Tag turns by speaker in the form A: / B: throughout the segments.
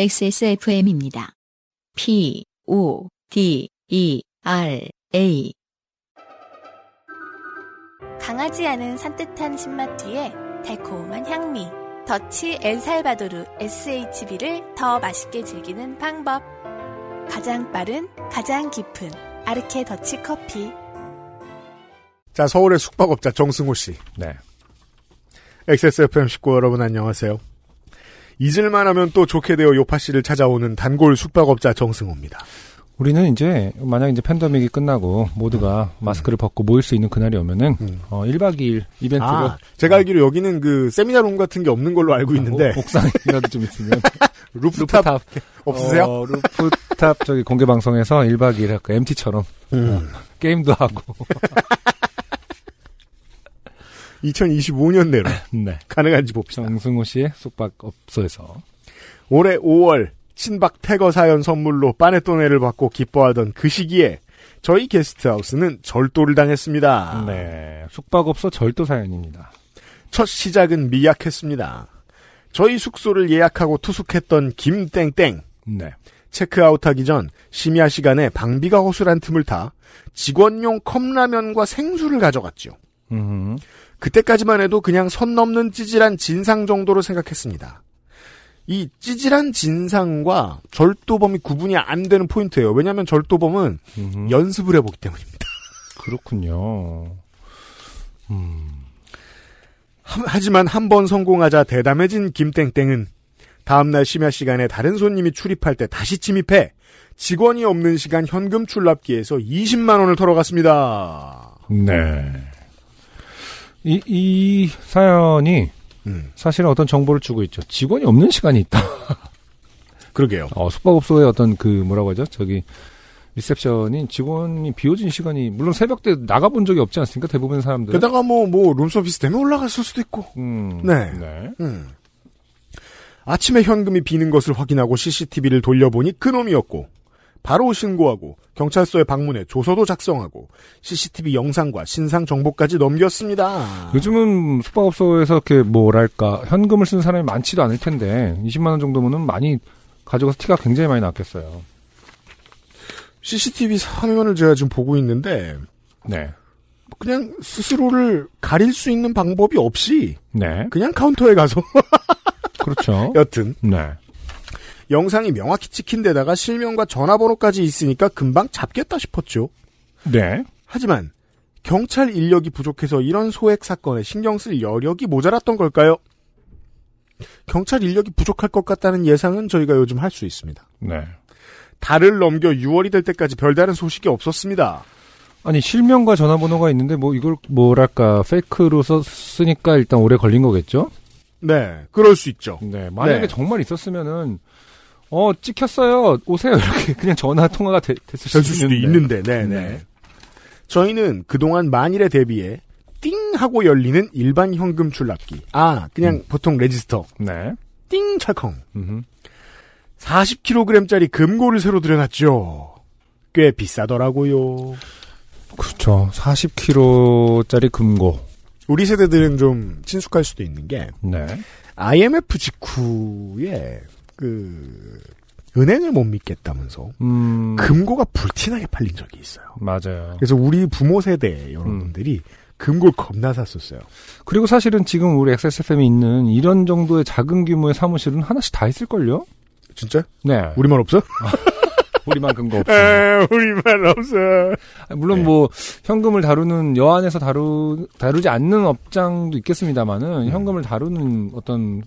A: XSFM입니다. P, O, D, E, R, A.
B: 강하지 않은 산뜻한 신맛 뒤에 달콤한 향미. 더치 엘살바도르 SHB를 더 맛있게 즐기는 방법. 가장 빠른, 가장 깊은 아르케 더치 커피.
C: 자, 서울의 숙박업자 정승호 씨.
D: 네.
C: XSFM 19 여러분 안녕하세요. 잊을만 하면 또 좋게 되어 요파 씨를 찾아오는 단골 숙박업자 정승호입니다.
D: 우리는 이제 만약 이제 팬데믹이 끝나고 모두가 마스크를 벗고 모일 수 있는 그날이 오면은
C: 음.
D: 어 1박 2일 이벤트로
C: 아, 제가 알기로 여기는 그 세미나룸 같은 게 없는 걸로 알고 있는데
D: 옥- 옥상이라도 좀 있으면
C: 어, 루프탑 없으세요?
D: 어, 루프탑 저기 공개 방송에서 1박 2일 할까 MT처럼
C: 음.
D: 게임도 하고
C: 2025년 내로
D: 네.
C: 가능한지 봅시다.
D: 정승호 씨의 숙박업소에서
C: 올해 5월 친박 태거 사연 선물로 빠네또네를 받고 기뻐하던 그 시기에 저희 게스트하우스는 절도를 당했습니다.
D: 네 숙박업소 절도 사연입니다.
C: 첫 시작은 미약했습니다. 저희 숙소를 예약하고 투숙했던 김땡땡.
D: 네
C: 체크아웃하기 전 심야 시간에 방비가 허술한 틈을 타 직원용 컵라면과 생수를 가져갔죠.
D: 음,
C: 그때까지만 해도 그냥 선 넘는 찌질한 진상 정도로 생각했습니다. 이 찌질한 진상과 절도범이 구분이 안 되는 포인트예요. 왜냐하면 절도범은
D: 음,
C: 연습을 해보기 때문입니다.
D: 그렇군요. 음,
C: 함- 하지만 한 번 성공하자 대담해진 김땡땡은 다음날 심야 시간에 다른 손님이 출입할 때 다시 침입해 직원이 없는 시간 현금 출납기에서 20만 원을 털어갔습니다.
D: 네. 이, 이 사연이
C: 음,
D: 사실 어떤 정보를 주고 있죠. 직원이 없는 시간이 있다.
C: 그러게요.
D: 어, 숙박업소의 어떤 그 뭐라고 하죠? 저기 리셉션이 직원이 비워진 시간이 물론 새벽 때 나가본 적이 없지 않습니까? 대부분 사람들.
C: 게다가 뭐, 뭐, 룸서비스 때문에 올라갔을 수도 있고.
D: 음,
C: 네. 음. 아침에 현금이 비는 것을 확인하고 CCTV를 돌려보니 그놈이었고, 바로 신고하고, 경찰서에 방문해 조서도 작성하고, CCTV 영상과 신상 정보까지 넘겼습니다.
D: 요즘은 숙박업소에서 이렇게 뭐랄까 현금을 쓰는 사람이 많지도 않을 텐데 20만 원 정도면은 많이 가져가서 티가 굉장히 많이 났겠어요.
C: CCTV 화면을 제가 지금 보고 있는데,
D: 네.
C: 그냥 스스로를 가릴 수 있는 방법이 없이,
D: 네.
C: 그냥 카운터에 가서,
D: 그렇죠.
C: 여튼,
D: 네.
C: 영상이 명확히 찍힌 데다가 실명과 전화번호까지 있으니까 금방 잡겠다 싶었죠.
D: 네.
C: 하지만 경찰 인력이 부족해서 이런 소액 사건에 신경 쓸 여력이 모자랐던 걸까요? 경찰 인력이 부족할 것 같다는 예상은 저희가 요즘 할 수 있습니다.
D: 네.
C: 달을 넘겨 6월이 될 때까지 별다른 소식이 없었습니다.
D: 아니 실명과 전화번호가 있는데 뭐 이걸 뭐랄까 페이크로 써 쓰니까 일단 오래 걸린 거겠죠?
C: 네, 그럴 수 있죠.
D: 네, 만약에
C: 네.
D: 정말 있었으면은 어 찍혔어요 오세요 이렇게 그냥 전화 통화가 되- 됐을
C: 될 수도 있는데, 네,
D: 네.
C: 네. 저희는 그동안 만일에 대비해 띵 하고 열리는 일반 현금 출납기. 아, 그냥 보통 레지스터.
D: 네.
C: 띵 찰컹.
D: 음흠.
C: 40kg짜리 금고를 새로 들여놨죠. 꽤 비싸더라고요.
D: 그렇죠. 40kg짜리 금고.
C: 우리 세대들은 좀 친숙할 수도 있는 게
D: 네.
C: IMF 직후에 그 은행을 못 믿겠다면서
D: 음.
C: 금고가 불티나게 팔린 적이 있어요.
D: 맞아요.
C: 그래서 우리 부모 세대 여러분들이 금고를 겁나 샀었어요.
D: 그리고 사실은 지금 우리 XSFM이 있는 이런 정도의 작은 규모의 사무실은 하나씩 다 있을걸요?
C: 진짜?
D: 네.
C: 우리말 없어?
D: 우리만 근거 없이.
C: 에, 우리말 없어.
D: 물론
C: 네.
D: 뭐 현금을 다루는 여안에서 다루 다루지 않는 업장도 있겠습니다만은
C: 음.
D: 현금을 다루는 어떤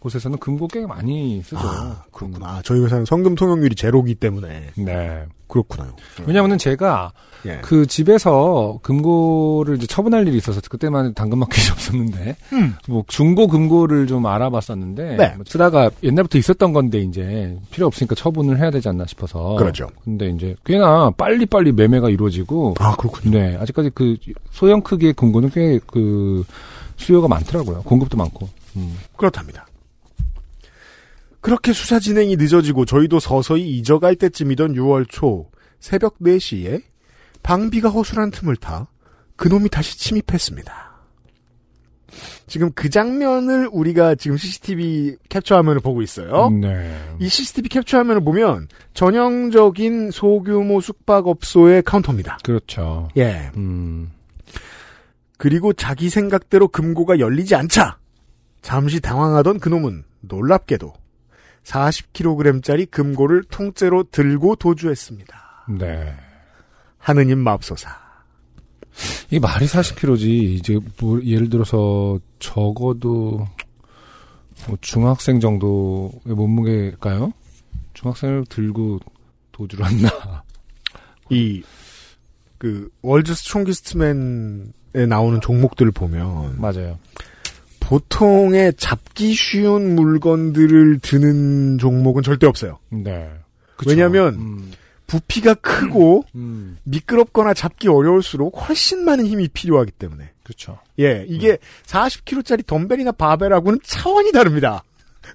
D: 곳에서는 금고 꽤 많이 쓰죠.
C: 아, 그렇구나. 아, 저희 회사는 성금 통용률이 제로기 때문에
D: 음. 네.
C: 그렇구나요.
D: 왜냐면은 제가
C: 예.
D: 그 집에서 금고를 이제 처분할 일이 있어서 그때만 해도 당근마켓이 없었는데
C: 음.
D: 뭐 중고 금고를 좀 알아봤었는데
C: 네.
D: 뭐 쓰다가 옛날부터 있었던 건데 이제 필요 없으니까 처분을 해야 되지 않나 싶어서
C: 그렇죠.
D: 근데 이제 꽤나 빨리빨리 매매가 이루어지고
C: 아, 그렇군요.
D: 네, 아직까지 그 소형 크기의 금고는 꽤 그 수요가 많더라고요. 공급도 많고. 음.
C: 그렇답니다. 그렇게 수사 진행이 늦어지고 저희도 서서히 잊어갈 때쯤이던 6월 초 새벽 4시에 방비가 허술한 틈을 타 그놈이 다시 침입했습니다. 지금 그 장면을 우리가 지금 CCTV 캡처 화면을 보고 있어요.
D: 네.
C: 이 CCTV 캡처 화면을 보면 전형적인 소규모 숙박업소의 카운터입니다.
D: 그렇죠.
C: 예.
D: 음.
C: 그리고 자기 생각대로 금고가 열리지 않자 잠시 당황하던 그놈은 놀랍게도 40kg짜리 금고를 통째로 들고 도주했습니다.
D: 네.
C: 하느님 맙소사.
D: 이 말이 40kg지. 이제 뭐 예를 들어서 적어도 뭐 중학생 정도의 몸무게일까요? 중학생을 들고 도주를 한다.
C: 이 그 월드 스트롱기스트맨에 나오는 종목들을 보면
D: 맞아요.
C: 보통의 잡기 쉬운 물건들을 드는 종목은 절대 없어요.
D: 네.
C: 왜냐면
D: 음,
C: 부피가 크고
D: 음,
C: 미끄럽거나 잡기 어려울수록 훨씬 많은 힘이 필요하기 때문에.
D: 그렇죠.
C: 예, 이게 40kg짜리 덤벨이나 바벨하고는 차원이 다릅니다.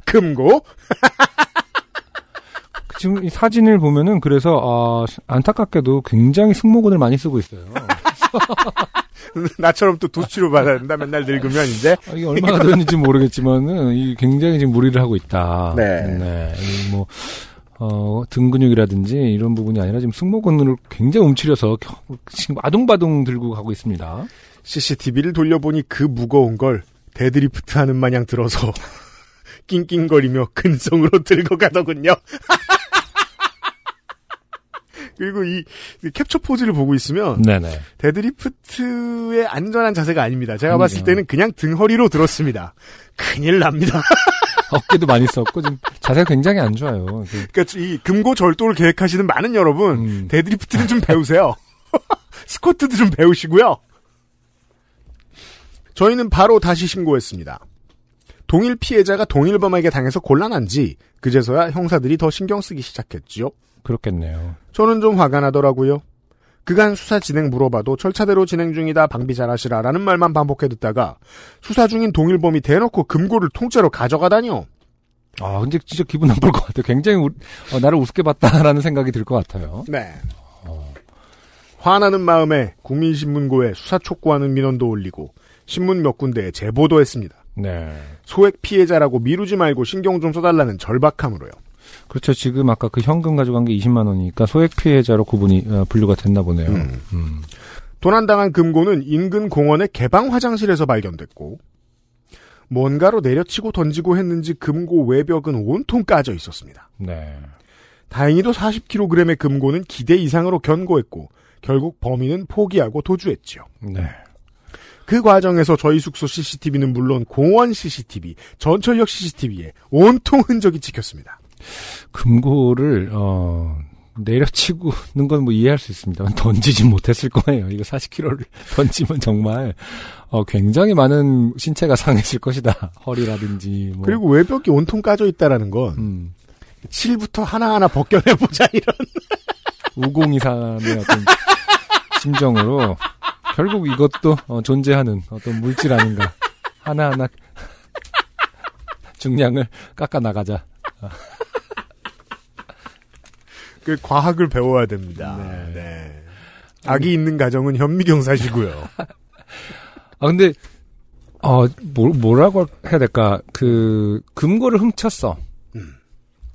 C: 금고.
D: 그 지금 이 사진을 보면은 그래서 아, 안타깝게도 굉장히 승모근을 많이 쓰고 있어요.
C: 나처럼 또 도치료 받아야 된다. 맨날 늙으면 이제.
D: 아, 이게 얼마나 되는지 모르겠지만은 이 굉장히 지금 무리를 하고 있다.
C: 네.
D: 이뭐 어, 등 근육이라든지 이런 부분이 아니라 지금 승모근을 굉장히 움츠려서 겨- 지금 아둥바둥 들고 가고 있습니다.
C: CCTV를 돌려보니 그 무거운 걸 데드리프트 하는 마냥 들어서 낑낑거리며 근성으로 들고 가더군요. 그리고 이 캡처 포즈를 보고 있으면
D: 네네.
C: 데드리프트의 안전한 자세가 아닙니다. 제가 봤을
D: 아니죠.
C: 때는 그냥 등허리로 들었습니다. 큰일 납니다.
D: 어깨도 많이 썼고 지금 자세가 굉장히 안 좋아요. 그-
C: 그러니까 이 금고 절도를 계획하시는 많은 여러분
D: 음.
C: 데드리프트는 좀 배우세요. 스쿼트도 좀 배우시고요. 저희는 바로 다시 신고했습니다. 동일 피해자가 동일범에게 당해서 곤란한지 그제서야 형사들이 더 신경 쓰기 시작했지요.
D: 그렇겠네요.
C: 저는 좀 화가 나더라고요. 그간 수사 진행 물어봐도 절차대로 진행 중이다 방비 잘하시라라는 말만 반복해 듣다가 수사 중인 동일범이 대놓고 금고를 통째로 가져가다니요.
D: 아 근데 진짜 기분 나쁠 것 같아요. 굉장히 우- 어, 나를 우습게 봤다라는 생각이 들 것 같아요.
C: 네. 화나는 마음에 국민신문고에 수사 촉구하는 민원도 올리고 신문 몇 군데에 제보도 했습니다.
D: 네.
C: 소액 피해자라고 미루지 말고 신경 좀 써달라는 절박함으로요.
D: 그렇죠. 지금 아까 그 현금 가져간 게 20만 원이니까 소액 피해자로 구분이 어, 분류가 됐나 보네요.
C: 음.
D: 음.
C: 도난당한 금고는 인근 공원의 개방 화장실에서 발견됐고 뭔가로 내려치고 던지고 했는지 금고 외벽은 온통 까져 있었습니다.
D: 네.
C: 다행히도 40kg의 금고는 기대 이상으로 견고했고 결국 범인은 포기하고 도주했지요.
D: 네.
C: 그 과정에서 저희 숙소 CCTV는 물론 공원 CCTV, 전철역 CCTV에 온통 흔적이 찍혔습니다.
D: 금고를 어 내려치고는 건 뭐 이해할 수 있습니다만 던지지 못했을 거예요. 이거 40kg를 던지면 정말 어 굉장히 많은 신체가 상했을 것이다. 허리라든지 뭐.
C: 그리고 외벽이 온통 까져 있다라는 건
D: 음,
C: 실부터 하나하나 벗겨내보자 이런.
D: 우공이상의 어떤 심정으로 결국 이것도 어, 존재하는 어떤 물질 아닌가 하나하나 중량을 깎아 나가자.
C: 그 과학을 배워야 됩니다. 네. 아기 있는 가정은 현미경사시고요.
D: 아 근데 어 뭐, 뭐라고 해야 될까 그 금고를 훔쳤어.
C: 음.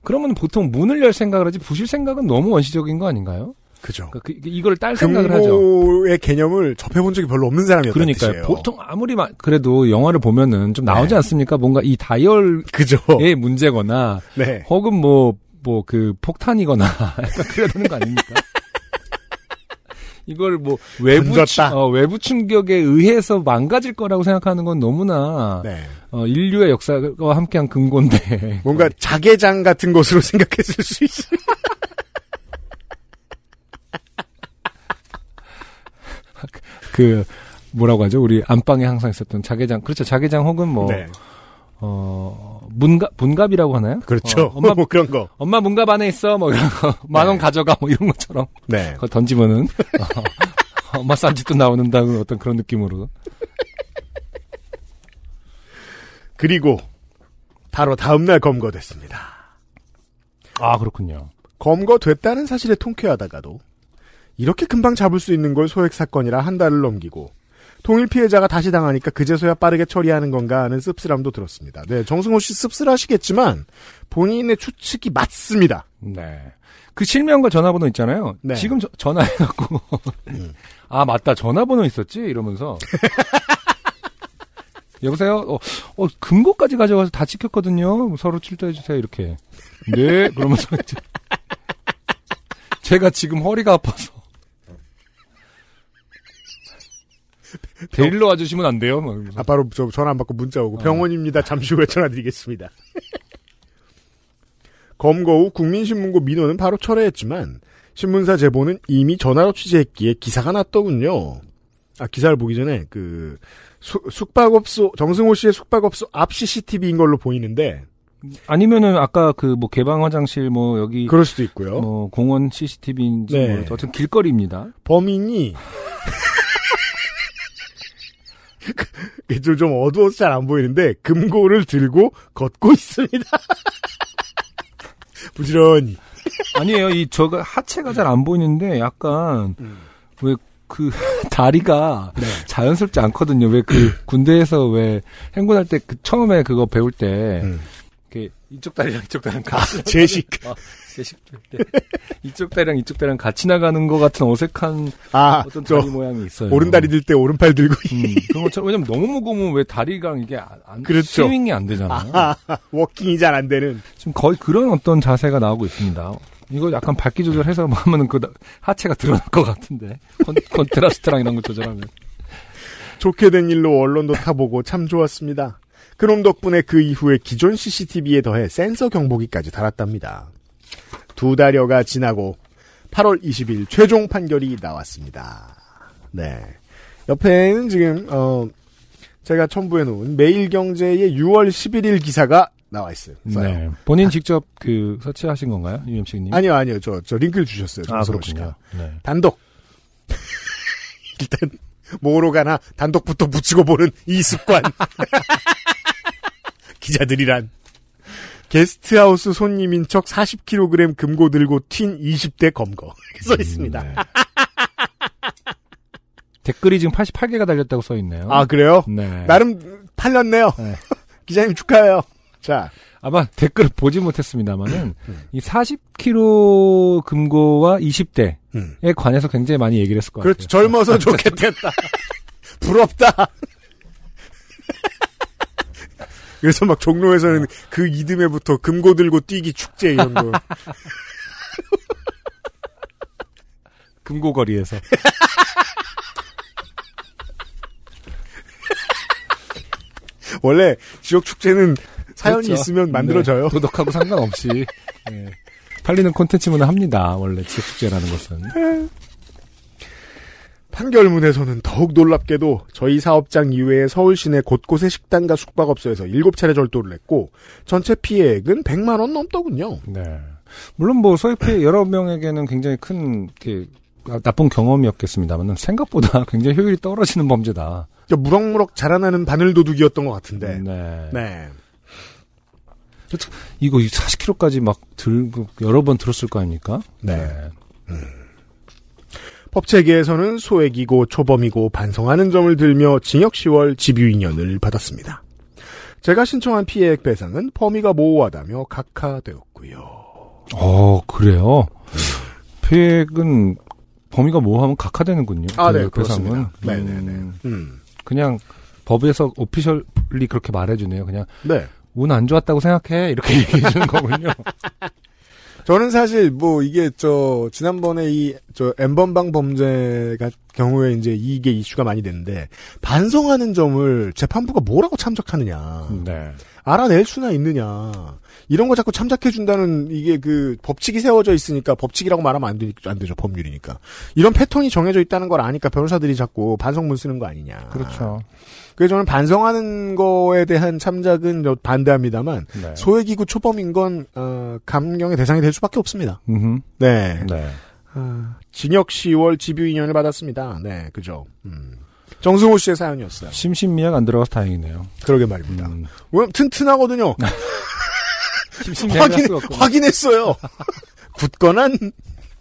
D: 그러면 보통 문을 열 생각을 하지 부실 생각은 너무 원시적인 거 아닌가요?
C: 그죠.
D: 그러니까 그- 그- 이걸 딸 생각을 하죠.
C: 금고의 개념을 접해본 적이 별로 없는 사람이었다
D: 그러니까
C: 뜻이에요.
D: 보통 아무리 마- 그래도 영화를 보면은 좀 나오지
C: 네.
D: 않습니까? 뭔가 이 다이얼의
C: 그죠.
D: 예. 문제거나
C: 네.
D: 혹은 뭐 뭐 그 폭탄이거나 약간 그래야 되는 거 아닙니까? 이걸 뭐 외부 충-
C: 던졌다.
D: 어, 외부 충격에 의해서 망가질 거라고 생각하는 건 너무나
C: 네.
D: 어, 인류의 역사와 함께한 금고인데.
C: 뭔가 자개장 같은 것으로 생각했을 수 있어요.
D: 그, 뭐라고 하죠? 우리 안방에 항상 있었던 자개장. 그렇죠. 자개장 혹은 뭐,
C: 네.
D: 어, 문갑, 문갑이라고 하나요?
C: 그렇죠.
D: 어, 엄마,
C: 뭐 그런 거.
D: 엄마 문갑 안에 있어. 뭐 이런 거. 만 원 가져가. 뭐 이런 것처럼.
C: 네.
D: 그거 던지면은. 어, 엄마 쌈짓도 나오는다는 어떤 그런 느낌으로.
C: 그리고 바로 다음날 검거됐습니다.
D: 아, 그렇군요.
C: 검거됐다는 사실에 통쾌하다가도 이렇게 금방 잡을 수 있는 걸 소액 사건이라 한 달을 넘기고 동일 피해자가 다시 당하니까 그제서야 빠르게 처리하는 건가 하는 씁쓸함도 들었습니다. 네, 정승호 씨 씁쓸하시겠지만 본인의 추측이 맞습니다.
D: 네. 그 실명과 전화번호 있잖아요.
C: 네. 음.
D: 지금 저- 전화해갖고 아 맞다 전화번호 있었지 이러면서 여보세요. 어, 어, 금고까지 가져가서 다 찍혔거든요. 서로 출두해 주세요 이렇게. 네. 그러면서 이제 제가 지금 허리가 아파서 데일러 와주시면 안 돼요. 막 이러면서.
C: 아빠로 저 전화 안 받고 문자 오고 병원입니다. 잠시 후에 전화드리겠습니다. 검거 후 국민신문고 민원은 바로 철회했지만 신문사 제보는 이미 전화로 취재했기에 기사가 났더군요. 아 기사를 보기 전에 그 수- 숙박업소 정승호 씨의 숙박업소 앞 CCTV인 걸로 보이는데
D: 아니면은 아까 그 뭐 개방 화장실 뭐 여기
C: 그럴 수도 있고요.
D: 뭐 공원 CCTV인지
C: 그렇죠. 네.
D: 모르겠어. 어쨌든 길거리입니다.
C: 범인이 그좀 좀 어두워서 잘 안 보이는데 금고를 들고 걷고 있습니다. 부지런히
D: 아니에요. 이 저가 하체가 잘 안 보이는데 약간
C: 음.
D: 왜 그 다리가
C: 네.
D: 자연스럽지 않거든요. 왜
C: 음.
D: 그 군대에서 왜 행군할 때 그 처음에 그거 배울 때
C: 음.
D: 이렇게 이쪽 다리랑 이쪽 다리랑 같이 나가는
C: 제식.
D: 거. 제식 배울 때 이쪽 다리랑 이쪽 다리랑 같이 나가는 것 같은 어색한
C: 아,
D: 어떤 다리 뭐-
C: 저
D: 모양이 있어요.
C: 오른다리 들 때 오른팔 들고
D: 음, 그런 것처럼 왜냐면 너무 무거우면 왜 다리랑 이게 안, 안
C: 그렇죠.
D: 스윙이 안 되잖아요.
C: 워킹이 잘 안 되는
D: 지금 거의 그런 어떤 자세가 나오고 있습니다. 이거 약간 밝기 조절해서 뭐 하면은 그 나- 하체가 드러날 것 같은데 컨, 컨트라스트랑 이런 거 조절하면
C: 좋게 된 일로 언론도 타보고 참 좋았습니다. 그놈 덕분에 그 이후에 기존 CCTV에 더해 센서 경보기까지 달았답니다. 두 달여가 지나고 8월 20일 최종 판결이 나왔습니다. 네. 옆에는 지금 어, 제가 첨부해 놓은 매일경제의 6월 11일 기사가 나와 있어요. 써요.
D: 네. 본인 직접 그 서치하신 건가요, 유엠씨님?
C: 아니요, 아니요. 저, 저 링크를 주셨어요.
D: 아
C: 정선호 씨가.
D: 그렇군요. 네.
C: 단독. 일단 뭐로 가나 단독부터 붙이고 보는 이 습관. 기자들이란. 게스트하우스 손님인 척 40kg 금고 들고 튄 20대 검거. 이렇게 써 있습니다.
D: 음, 네. 댓글이 지금 88개가 달렸다고 써 있네요.
C: 아 그래요?
D: 네.
C: 나름 팔렸네요.
D: 네.
C: 기자님 축하해요. 자,
D: 아마 댓글을 보지 못했습니다만은
C: 음.
D: 이 40kg 금고와 20대에
C: 음.
D: 관해서 굉장히 많이 얘기를 했을 것
C: 그렇죠.
D: 같아요.
C: 젊어서 좋겠다. 부럽다. 그래서 막 종로에서는 그 이듬해부터 금고 들고 뛰기 축제 이런 거.
D: 금고거리에서.
C: 원래 지역 축제는 사연이
D: 그렇죠.
C: 있으면 만들어져요.
D: 네, 도덕하고 상관없이 네, 팔리는 콘텐츠문을 합니다. 원래 지역축제라는 것은
C: 판결문에서는 더욱 놀랍게도 저희 사업장 이외에 서울 시내 곳곳의 식당과 숙박업소에서 7차례 절도를 했고 전체 피해액은 100만 원 넘더군요.
D: 네. 물론 뭐 서해피 여러 명에게는 굉장히 큰 이렇게 아, 나쁜 경험이었겠습니다만 생각보다 굉장히 효율이 떨어지는 범죄다.
C: 그러니까 무럭무럭 자라나는 바늘도둑이었던 것 같은데.
D: 네.
C: 네.
D: 이거 40kg까지 막 들고 여러 번 들었을 거 아닙니까?
C: 네. 법체계에서는 소액이고 초범이고 반성하는 점을 들며 징역 10월 집유인연을 받았습니다. 제가 신청한 피해액 배상은 범위가 모호하다며 각하되었고요.
D: 어 그래요.
C: 음.
D: 피해액은 범위가 모호하면 각하되는군요.
C: 아, 네,
D: 그 배상은.
C: 그렇습니다. 네, 네, 네.
D: 음,
C: 음.
D: 그냥 법에서 오피셜리 그렇게 말해주네요. 그냥
C: 네.
D: 운 안 좋았다고 생각해 이렇게 얘기해 주는 거군요.
C: 저는 사실 뭐 이게 저 지난번에 이 저 엠번방 범죄 같 경우에 이제 이게 이슈가 많이 됐는데 반성하는 점을 재판부가 뭐라고 참작하느냐
D: 네.
C: 알아낼 수나 있느냐 이런 거 자꾸 참작해 준다는 이게 그 법칙이 세워져 있으니까 법칙이라고 말하면 안, 되, 안 되죠 법률이니까 이런 패턴이 정해져 있다는 걸 아니까 변호사들이 자꾸 반성문 쓰는 거 아니냐
D: 그렇죠.
C: 그래서 저는 반성하는 거에 대한 참작은 저 반대합니다만
D: 네.
C: 소액이고 초범인 건 어, 감경의 대상이 될 수밖에 없습니다.
D: 음.
C: 네.
D: 네.
C: 아, 징역 10월 집유 2년을 받았습니다. 네, 그죠. 음. 정승호 씨의 사연이었어요.
D: 심신미약 안 들어가서 다행이네요.
C: 그러게 말입니다. 아,
D: 음.
C: 왜냐면 튼튼하거든요.
D: 심신미약
C: 확인, 확인했어요. 굳건한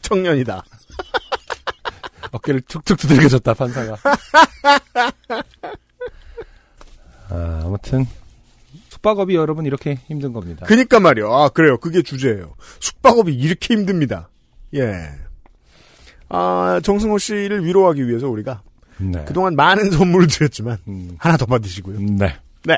C: 청년이다.
D: 어깨를 툭툭 두들겨줬다 판사가. 아무튼 숙박업이 여러분 이렇게 힘든 겁니다.
C: 그니까 말이요. 아, 그래요. 그게 주제예요. 숙박업이 이렇게 힘듭니다. 예. 아, 정승호 씨를 위로하기 위해서 우리가
D: 네.
C: 그동안 많은 선물을 드렸지만
D: 음,
C: 하나 더 받으시고요.
D: 네.
C: 네.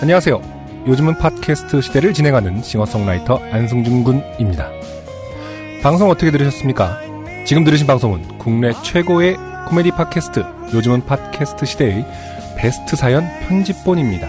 D: 안녕하세요. 요즘은 팟캐스트 시대를 진행하는 싱어송라이터 안승준 군입니다. 방송 어떻게 들으셨습니까? 지금 들으신 방송은 국내 최고의 코미디 팟캐스트 요즘은 팟캐스트 시대의 베스트 사연 편집본입니다.